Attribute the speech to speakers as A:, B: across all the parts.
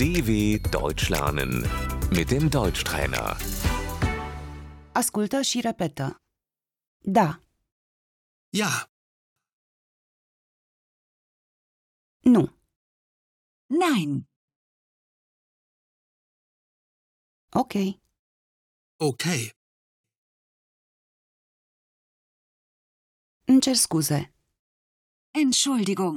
A: DW Deutsch lernen mit dem Deutschtrainer.
B: Ascultă și repetă. Da,
C: Ja,
B: nu,
D: Nein,
B: ok,
C: okay,
B: îmi cer scuze,
D: Entschuldigung,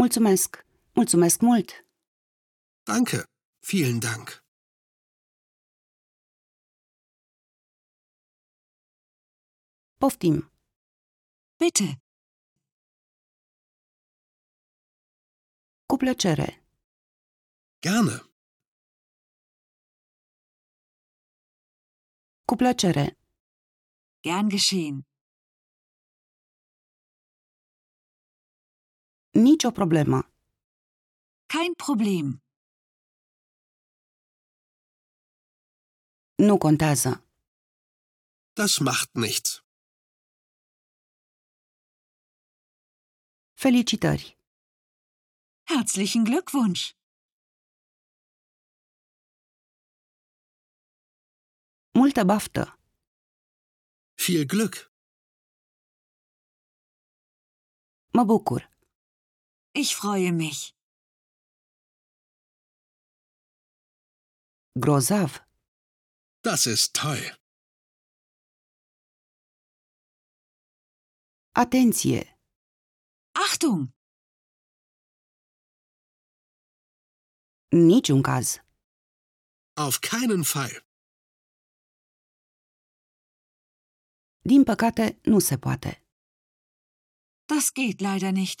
B: mulțumesc, mulțumesc mult,
C: danke, vielen Dank.
B: poftim,
D: bitte,
B: cu plăcere,
C: Gerne,
B: cu plăcere,
D: gern geschehen,
B: nicio problemă,
D: kein Problem,
B: nu contează,
C: das macht nichts.
B: felicitări,
D: herzlichen Glückwunsch,
B: multă baftă,
C: Viel Glück.
B: mă bucur,
D: ich freue mich,
B: grozav,
C: Das ist toll.
B: atenție,
D: Achtung,
B: niciun caz,
C: Auf keinen Fall.
B: din păcate nu se poate,
D: das geht leider nicht.